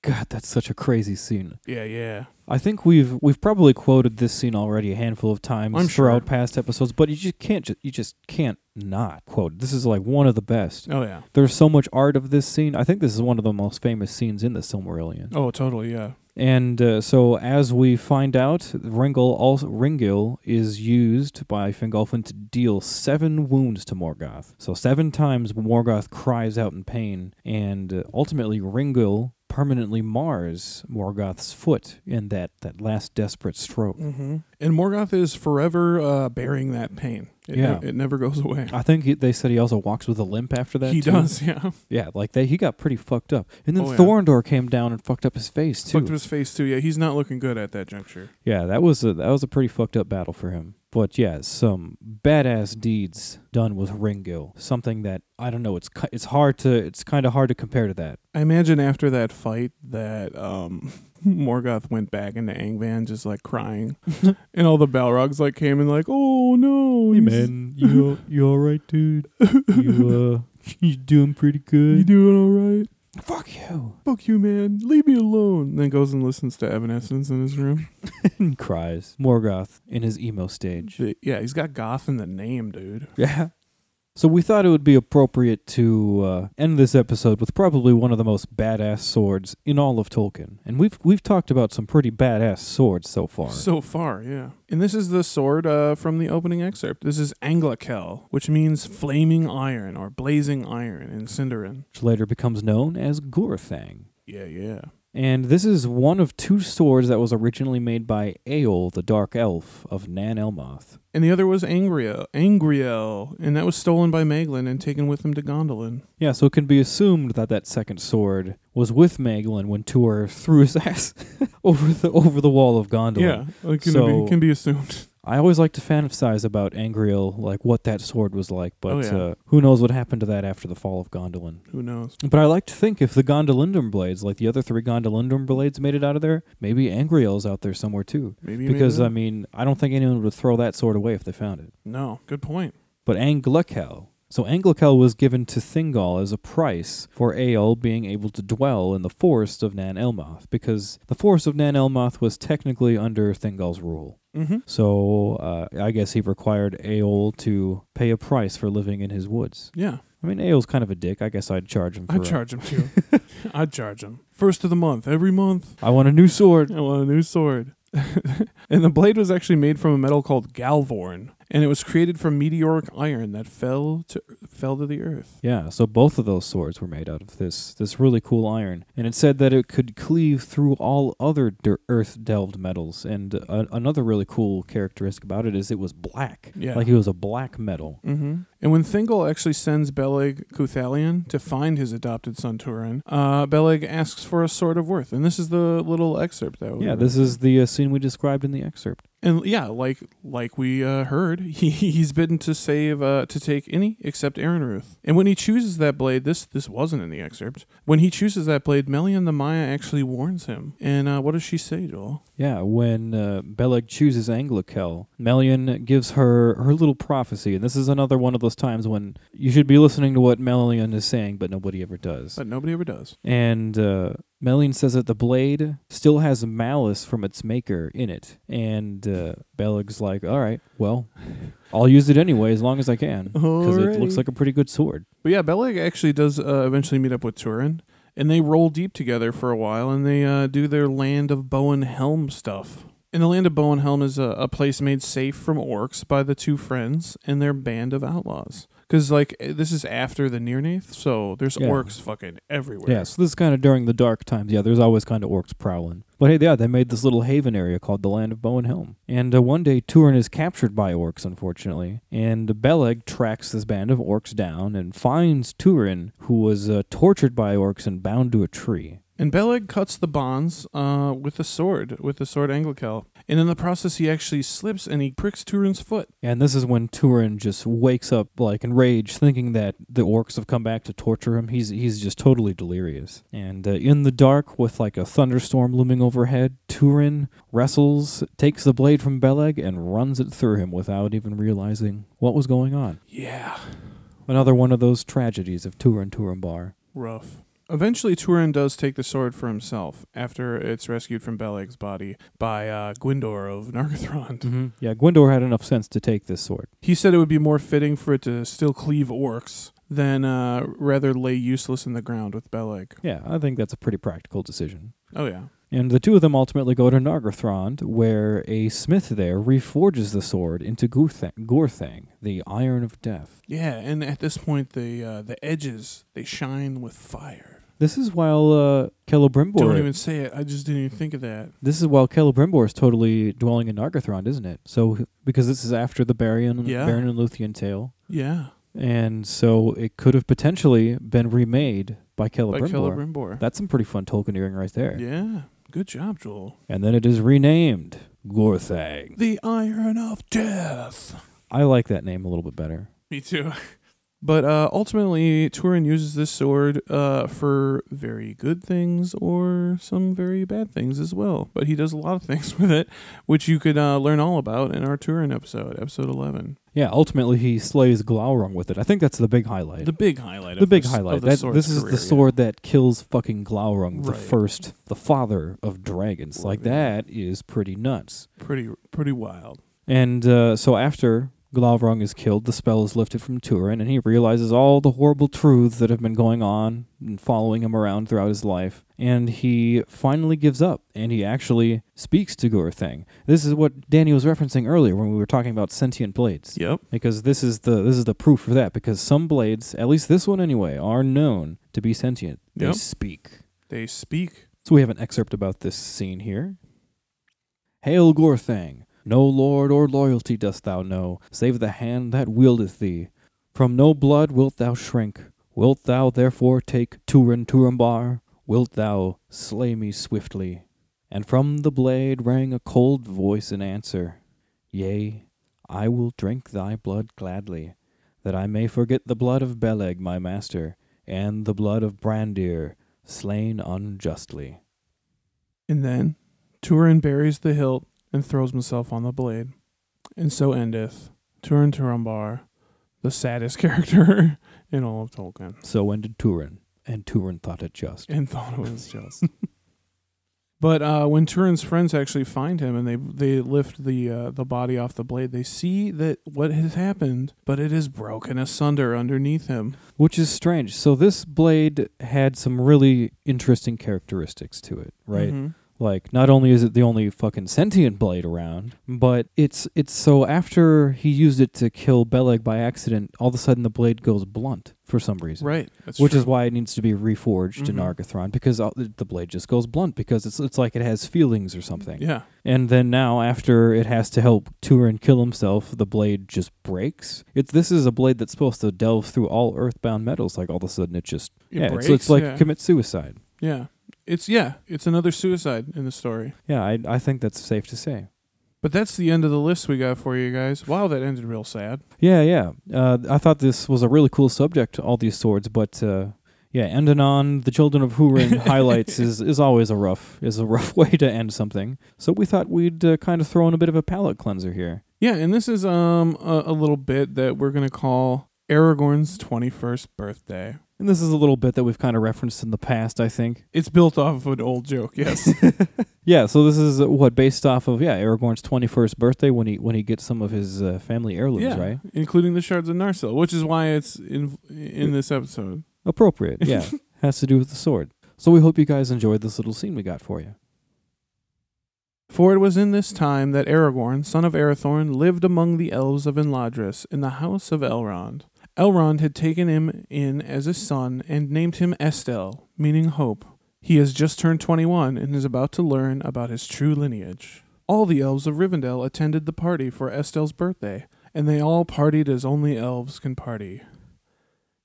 God, that's such a crazy scene. Yeah, yeah. I think we've we've probably quoted this scene already a handful of times I'm sure. throughout past episodes, but you just can't ju- you just can't not quote. This is like one of the best. Oh, yeah. There's so much art of this scene. I think this is one of the most famous scenes in the Silmarillion. Oh, totally, yeah. And uh, so, as we find out, Ringil also Ringil is used by Fingolfin to deal seven wounds to Morgoth. So seven times Morgoth cries out in pain, and uh, ultimately Ringil permanently mars Morgoth's foot in that that last desperate stroke. Mm-hmm. And Morgoth is forever uh, bearing that pain. It, Yeah. it never goes away. I think he, they said he also walks with a limp after that. He too. does, <laughs> yeah. Yeah, like they, he got pretty fucked up. And then Oh, yeah. Thorondor came down and fucked up his face too. Fucked up his face too. Yeah, he's not looking good at that juncture. Yeah, that was a that was a pretty fucked up battle for him. But yeah, some badass deeds done with Ringil. Something that I don't know. It's ki- it's hard to it's kind of hard to compare to that. I imagine after that fight that um, <laughs> Morgoth went back into Angvan just like <laughs> crying, and all the Balrogs like came and like, oh no, he's- you you all right, dude? You <laughs> uh, you doing pretty you good? doing all right? Fuck you! Fuck you, man. Leave me alone. And then goes and listens to Evanescence in his room. <laughs> and cries Morgoth in his emo stage. Shit, Yeah, he's got goth in the name, dude. Yeah. <laughs> So we thought it would be appropriate to uh, end this episode with probably one of the most badass swords in all of Tolkien, and we've we've talked about some pretty badass swords so far. So far, yeah. And this is the sword uh, from the opening excerpt. This is Anglakel, which means flaming iron or blazing iron in Sindarin. which later becomes known as Gorthang. Yeah, yeah. And this is one of two swords that was originally made by Aeol, the Dark Elf of Nan Elmoth. And the other was Angriel, Angriel, and that was stolen by Maglin and taken with him to Gondolin. Yeah, so it can be assumed that that second sword was with Magellan when Tuor threw his <laughs> ass over the over the wall of Gondolin. Yeah, it can, So- be, can be assumed. <laughs> I always like to fantasize about Angriel, like what that sword was like, but Oh, yeah. uh, who knows what happened to that after the fall of Gondolin. Who knows? But I like to think if the Gondolindum blades, like the other three Gondolindum blades, made it out of there, maybe Angriel's out there somewhere too. Maybe Because maybe I mean, I don't think anyone would throw that sword away if they found it. no. Good point. But Anglakel. So Anglakel was given to Thingol as a price for Aeol being able to dwell in the forest of Nan Elmoth, because the forest of Nan Elmoth was technically under Thingol's rule. Mm-hmm. So uh, I guess he required Aeol to pay a price for living in his woods. Yeah, I mean, Aeol's kind of a dick. I guess I'd charge him. For I'd charge him <laughs> too. I'd charge him first of the month every month. I want a new sword. I want a new sword. <laughs> and the blade was actually made from a metal called galvorn, and it was created from meteoric iron that fell to fell to the earth. Yeah, so both of those swords were made out of this this really cool iron, and it said that it could cleave through all other dir- earth delved metals. And uh, another really cool characteristic about it is it was black, Yeah. like it was a black metal. Mm-hmm. And when Thingol actually sends Beleg Cuthalion to find his adopted son Turin, uh, Beleg asks for a sword of worth, and this is the little excerpt that. we Yeah, read. this is the uh, scene we described in the excerpt. and yeah, like like we uh, heard, <laughs> he he's bidden to save uh, to take any except Aaronruth. And when he chooses that blade, this this wasn't in the excerpt. When he chooses that blade, Melian the Maya actually warns him. And uh, what does she say, Joel? Yeah, when uh, Beleg chooses Anglakel, Melian gives her her little prophecy, and this is another one of those times when you should be listening to what Melian is saying, but nobody ever does. But nobody ever does. And uh, Melian says that the blade still has malice from its maker in it. And uh, Beleg's like, all right, well, I'll use it anyway as long as I can. Because it Alrighty. looks like a pretty good sword. But yeah, Beleg actually does uh, eventually meet up with Turin, and they roll deep together for a while, and they uh, do their Land of Bow and Helm stuff. And the Land of Bow and Helm is a, a place made safe from orcs by the two friends and their band of outlaws. Because, like, eh, this is after the Nearneath, so there's Yeah. orcs fucking everywhere. Yeah, so this is kind of during the dark times. Yeah, there's always kind of orcs prowling. But hey, yeah, they made this little haven area called the Land of Bow and Helm. And uh, one day, Turin is captured by orcs, unfortunately. And Beleg tracks this band of orcs down and finds Turin, who was uh, tortured by orcs and bound to a tree. And Beleg cuts the bonds uh, with the sword, with the sword Anglakel. And in the process, he actually slips and he pricks Turin's foot. And this is when Turin just wakes up like enraged, thinking that the orcs have come back to torture him. He's he's just totally delirious. And uh, in the dark, with like a thunderstorm looming overhead, Turin wrestles, takes the blade from Beleg, and runs it through him without even realizing what was going on. Yeah. Another one of those tragedies of Turin Turimbar. Rough. Eventually, Turin does take the sword for himself after it's rescued from Beleg's body by uh, Gwyndor of Nargothrond. Mm-hmm. Yeah, Gwyndor had enough sense to take this sword. He said it would be more fitting for it to still cleave orcs than uh, rather lay useless in the ground with Beleg. Yeah, I think that's a pretty practical decision. Oh, yeah. And the two of them ultimately go to Nargothrond, where a smith there reforges the sword into Gorthang, Gorthang the Iron of Death. Yeah, and at this point, the uh, the edges they shine with fire. This is while uh, Celebrimbor. Don't even say it. I just didn't even think of that. This is while Celebrimbor is totally dwelling in Nargothrond, isn't it? So because this is after the Baron, Yeah. Baron and Luthien tale, Yeah, and so it could have potentially been remade by by Celebrimbor. Celebrimbor. That's some pretty fun Tolkieneering right there. Yeah, good job, Joel. And then it is renamed Gorthang. The Iron of Death. I like that name a little bit better. <laughs> Me too. But uh, ultimately, Turin uses this sword uh, for very good things or some very bad things as well. But he does a lot of things <laughs> with it, which you could uh, learn all about in our Turin episode, episode 11. Yeah, ultimately he slays Glaurung with it. I think that's the big highlight. The big highlight. The of big this, highlight. Of the That- sword's this is career, the yeah. sword that kills fucking Glaurung, the Right. first, the father of dragons. Like Right, yeah. that is pretty nuts. Pretty, pretty wild. And uh, so after Glaurung is killed, the spell is lifted from Turin, and he realizes all the horrible truths that have been going on and following him around throughout his life. And he finally gives up, and he actually speaks to Gorthang. This is what Danny was referencing earlier when we were talking about sentient blades Yep. because this is the this is the proof for that because some blades at least this one anyway are known to be sentient they Yep. speak They speak. so we have an excerpt about this scene here hail gorthang no lord or loyalty dost thou know save the hand that wieldeth thee from no blood wilt thou shrink wilt thou therefore take turin turambar wilt thou slay me swiftly and from the blade rang a cold voice in answer yea I will drink thy blood gladly, that I may forget the blood of Beleg my master, and the blood of Brandir, slain unjustly. And then Turin buries the hilt and throws himself on the blade. And so endeth Turin Turambar, the saddest <laughs> character in all of Tolkien. So ended Turin, and Turin thought it just. And thought it <laughs> was just. <laughs> but uh, when Turin's friends actually find him and they they lift the uh, the body off the blade, they see that what has happened, but it is broken asunder underneath him. Which is strange. So this blade had some really interesting characteristics to it, right? Mhm. Like not only is it the only fucking sentient blade around, but it's it's so after he used it to kill Beleg by accident, all of a sudden the blade goes blunt for some reason. Right. That's which true. is why it needs to be reforged in Mhm. Argathron because all, the blade just goes blunt because it's it's like it has feelings or something. Yeah. And then now after it has to help Turin kill himself, the blade just breaks. It's this is a blade that's supposed to delve through all earthbound metals. Like all of a sudden it just It yeah, breaks, it's, it's like yeah. commit suicide. yeah. It's yeah, it's another suicide in the story. Yeah, I I think that's safe to say. But that's the end of the list we got for you guys. Wow, that ended real sad. Yeah, yeah. Uh, I thought this was a really cool subject, all these swords, but uh, yeah, ending on the children of <laughs> Hurin highlights is, is always a rough is a <laughs> rough way to end something. So we thought we'd uh, kind of throw in a bit of a palate cleanser here. Yeah, and this is um a, a little bit that we're gonna call Aragorn's twenty first birthday. And this is a little bit that we've kind of referenced in the past, I think. It's built off of an old joke. Yes. Yeah, so this is uh, what based off of yeah Aragorn's twenty first birthday when he when he gets some of his uh, family heirlooms, yeah, right? including the shards of Narsil, which is why it's in in this episode. Appropriate, <laughs> yeah, has to do with the sword. So we hope you guys enjoyed this little scene we got for you. For it was in this time that Aragorn, son of Arathorn, lived among the elves of Enladris in the house of Elrond. Elrond had taken him in as his son and named him Estel, meaning hope. He has just turned 21 and is about to learn about his true lineage. All the elves of Rivendell attended the party for Estel's birthday, and they all partied as only elves can party.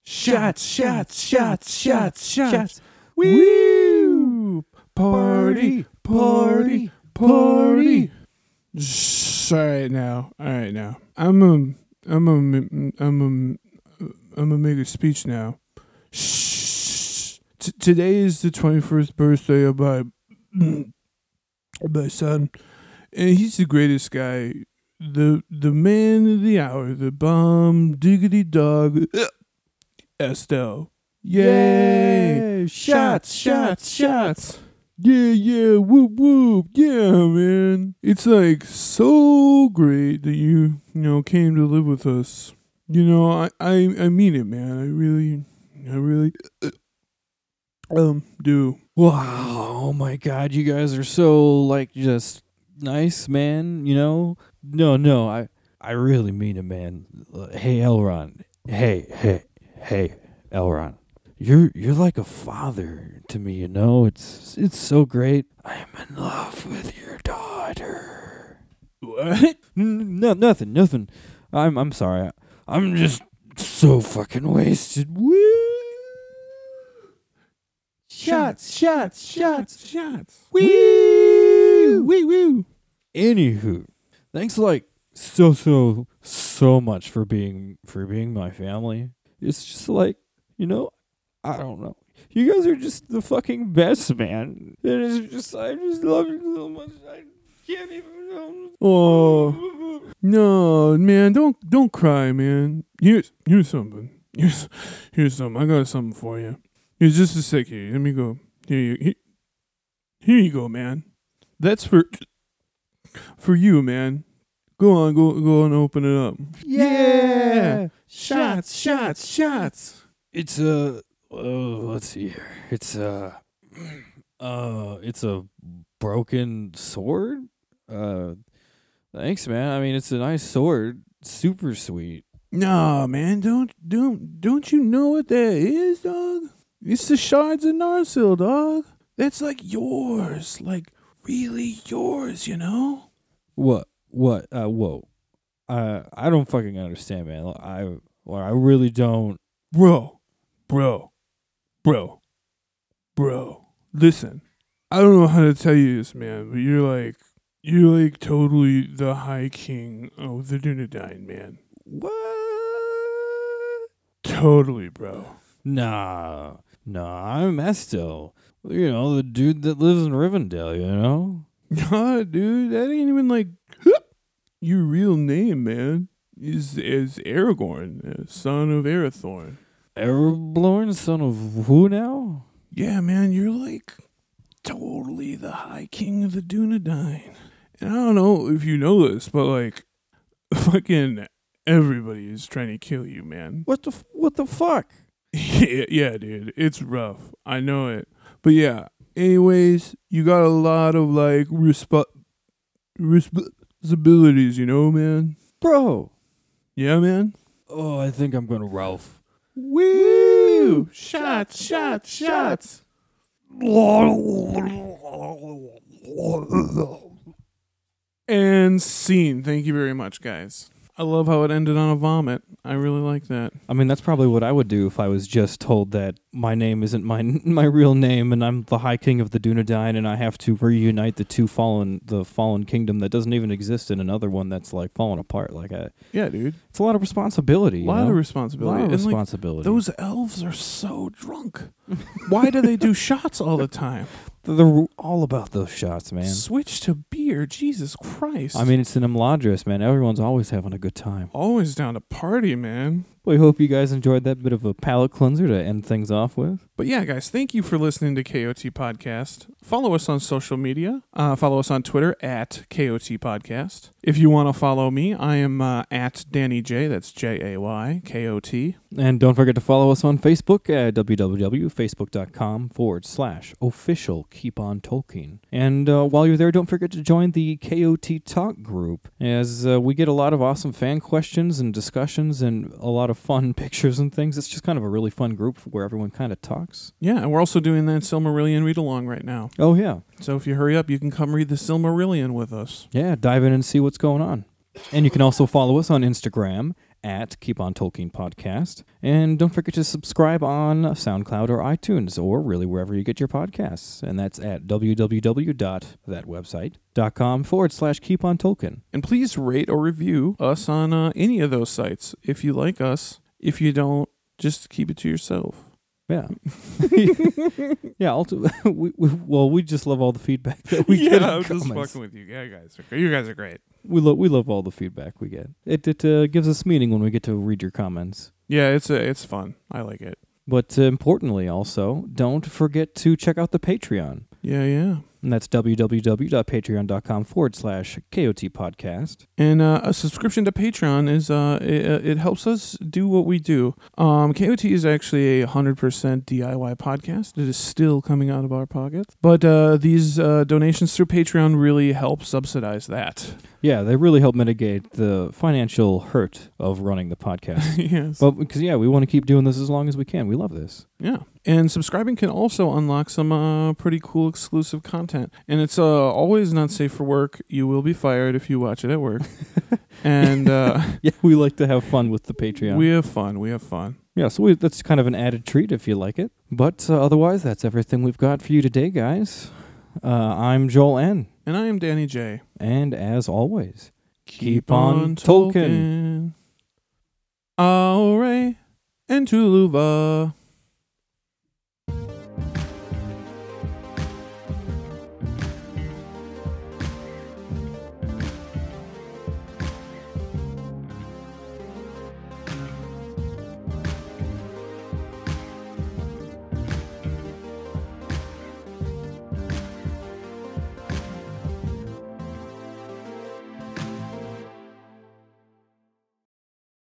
Shots, shots, shots, shots, shots. Woo! Party, party, party. Shh, all right now, all right now. I'm um, I'm um, I'm um, I'm gonna make a speech now. Shh. T- today is the 21st birthday of my <clears throat> of my son, and he's the greatest guy, the the man of the hour, the bomb diggity dog, <clears throat> Estelle. Yay! Shots, shots, shots. Yeah, yeah, whoop, whoop. Yeah, man. It's like so great that you, you know, came to live with us. You know, I, I, I mean it, man. I really, I really. uh, Um, do. Wow. Oh my god, you guys are so like just nice, man, you know? No, no. I I really mean it, man. Uh, Hey, Elron. Hey, hey, hey, Elron. You're you're like a father to me, you know? It's it's so great. I'm in love with your daughter. What? N- No, nothing, nothing. I'm I'm sorry. I'm just so fucking wasted. Woo! Shots, shots, shots. Woo! Wee woo. Anywho, thanks like so so so much for being for being my family. It's just like you know, I don't know. You guys are just the fucking best, man. It is just I just love you so much. I can't even. Oh no, man! Don't don't cry, man. Here's here's something. Here's here's something. I got something for you. Here's just a sec here. Let me go. Here you he- here you go, man. That's for for you, man. Go on, go go and open it up. Yeah! Shots, shots, shots. It's a uh, let's see here. It's a <clears throat> uh it's a broken sword. Uh thanks man. I mean it's a nice sword. Super sweet. No, man, don't don't don't you know what that is, dog? It's the shards of Narsil, dog. That's like yours, like really yours, you know? What what uh whoa. Uh I don't fucking understand, man. Like, I well, I really don't Bro, bro, bro, bro. Listen, I don't know how to tell you this, man, but you're like you're like totally the High King of the Dunedain, man. what Totally, bro. <laughs> Nah. Nah, I'm Esto. You know, the dude that lives in Rivendell, you know? Nah, dude, that ain't even like <laughs> your real name, man. Is is Aragorn, uh, son of Arathorn. Airborne son of who now? Yeah, man, you're like totally the High King of the Dunedain. And I don't know if you know this, but like, fucking everybody is trying to kill you, man. <laughs> What the f- what the fuck? yeah, yeah, dude, it's rough. I know it, but yeah. Anyways, you got a lot of like resp- responsibilities, you know, man. Bro. Yeah, man. Oh, I think I'm going to <laughs> Ralph. Woo! Shots, shots, shots. And scene. Thank you very much, guys. I love how it ended on a vomit. I really like that. I mean, that's probably what I would do if I was just told that my name isn't my <laughs> my real name and I'm the High King of the Dunedain and I have to reunite the two fallen the fallen kingdom that doesn't even exist in another one that's like falling apart like I, Yeah, dude. It's a lot of responsibility. A you lot know? of A responsibility. lot of And, like, responsibility. <laughs> those elves are so drunk. Why do they <laughs> do shots all the time? they're all about those shots, man. Switch to beer. Jesus Christ. I mean, it's an Imladris, man. Everyone's always having a good time. always down to party, man. We hope you guys enjoyed that bit of a palate cleanser to end things off with. But yeah, guys, thank you for listening to KOT Podcast. Follow us on social media. Uh, follow us on Twitter at KOT Podcast. If you want to follow me, I am uh, at Danny J. That's J A Y K O T. And don't forget to follow us on Facebook at www.facebook.com forward slash official keep on Tolkien. And uh, while you're there, don't forget to join the KOT Talk group, as uh, we get a lot of awesome fan questions and discussions and a lot of fun <laughs> pictures and things. It's just kind of a really fun group where everyone kind of talks. Yeah, and we're also doing that Silmarillion read along right now. Oh, yeah. So if you hurry up, you can come read the Silmarillion with us. Yeah, dive in and see what's going on. And you can also follow us on Instagram at Keep On Tolkien Podcast. And don't forget to subscribe on SoundCloud or iTunes or really wherever you get your podcasts. And that's at www.thatwebsite.com forward slash Keep On Tolkien. And please rate or review us on uh, any of those sites if you like us. If you don't, just keep it to yourself. Yeah. <laughs> yeah. Ulti- <laughs> we, we, well, we just love all the feedback that <laughs> we <laughs> yeah, get. in I'm just comments. fucking with you. Yeah, guys, are- you guys are great. We, lo- we love all the feedback we get. It, it uh, gives us meaning when we get to read your comments. Yeah, it's a, it's fun. I like it. But uh, importantly, also, don't forget to check out the Patreon. Yeah, yeah. And that's www.patreon.com forward slash KOT podcast. And uh, a subscription to Patreon is uh, it, uh, it helps us do what we do. Um, KOT is actually a hundred percent DIY podcast. It is still coming out of our pockets, but uh, these uh, donations through Patreon really help subsidize that. Yeah, they really help mitigate the financial hurt of running <laughs> the podcast. yes. but because, yeah, we want to keep doing this as long as we can. We love this. Yeah. And subscribing can also unlock some uh, pretty cool exclusive content. And it's uh, always not safe for work. You will be fired if you watch it at work. and uh, Yeah, <laughs> we like to have fun with the Patreon. we have fun. We have fun. yeah, so we, that's kind of an added treat if you like it. But uh, otherwise, that's everything we've got for you today, guys. Uh, I'm Joel N. And I am Danny J. And as always, Keep on Tolkien. Aure and Tuluva.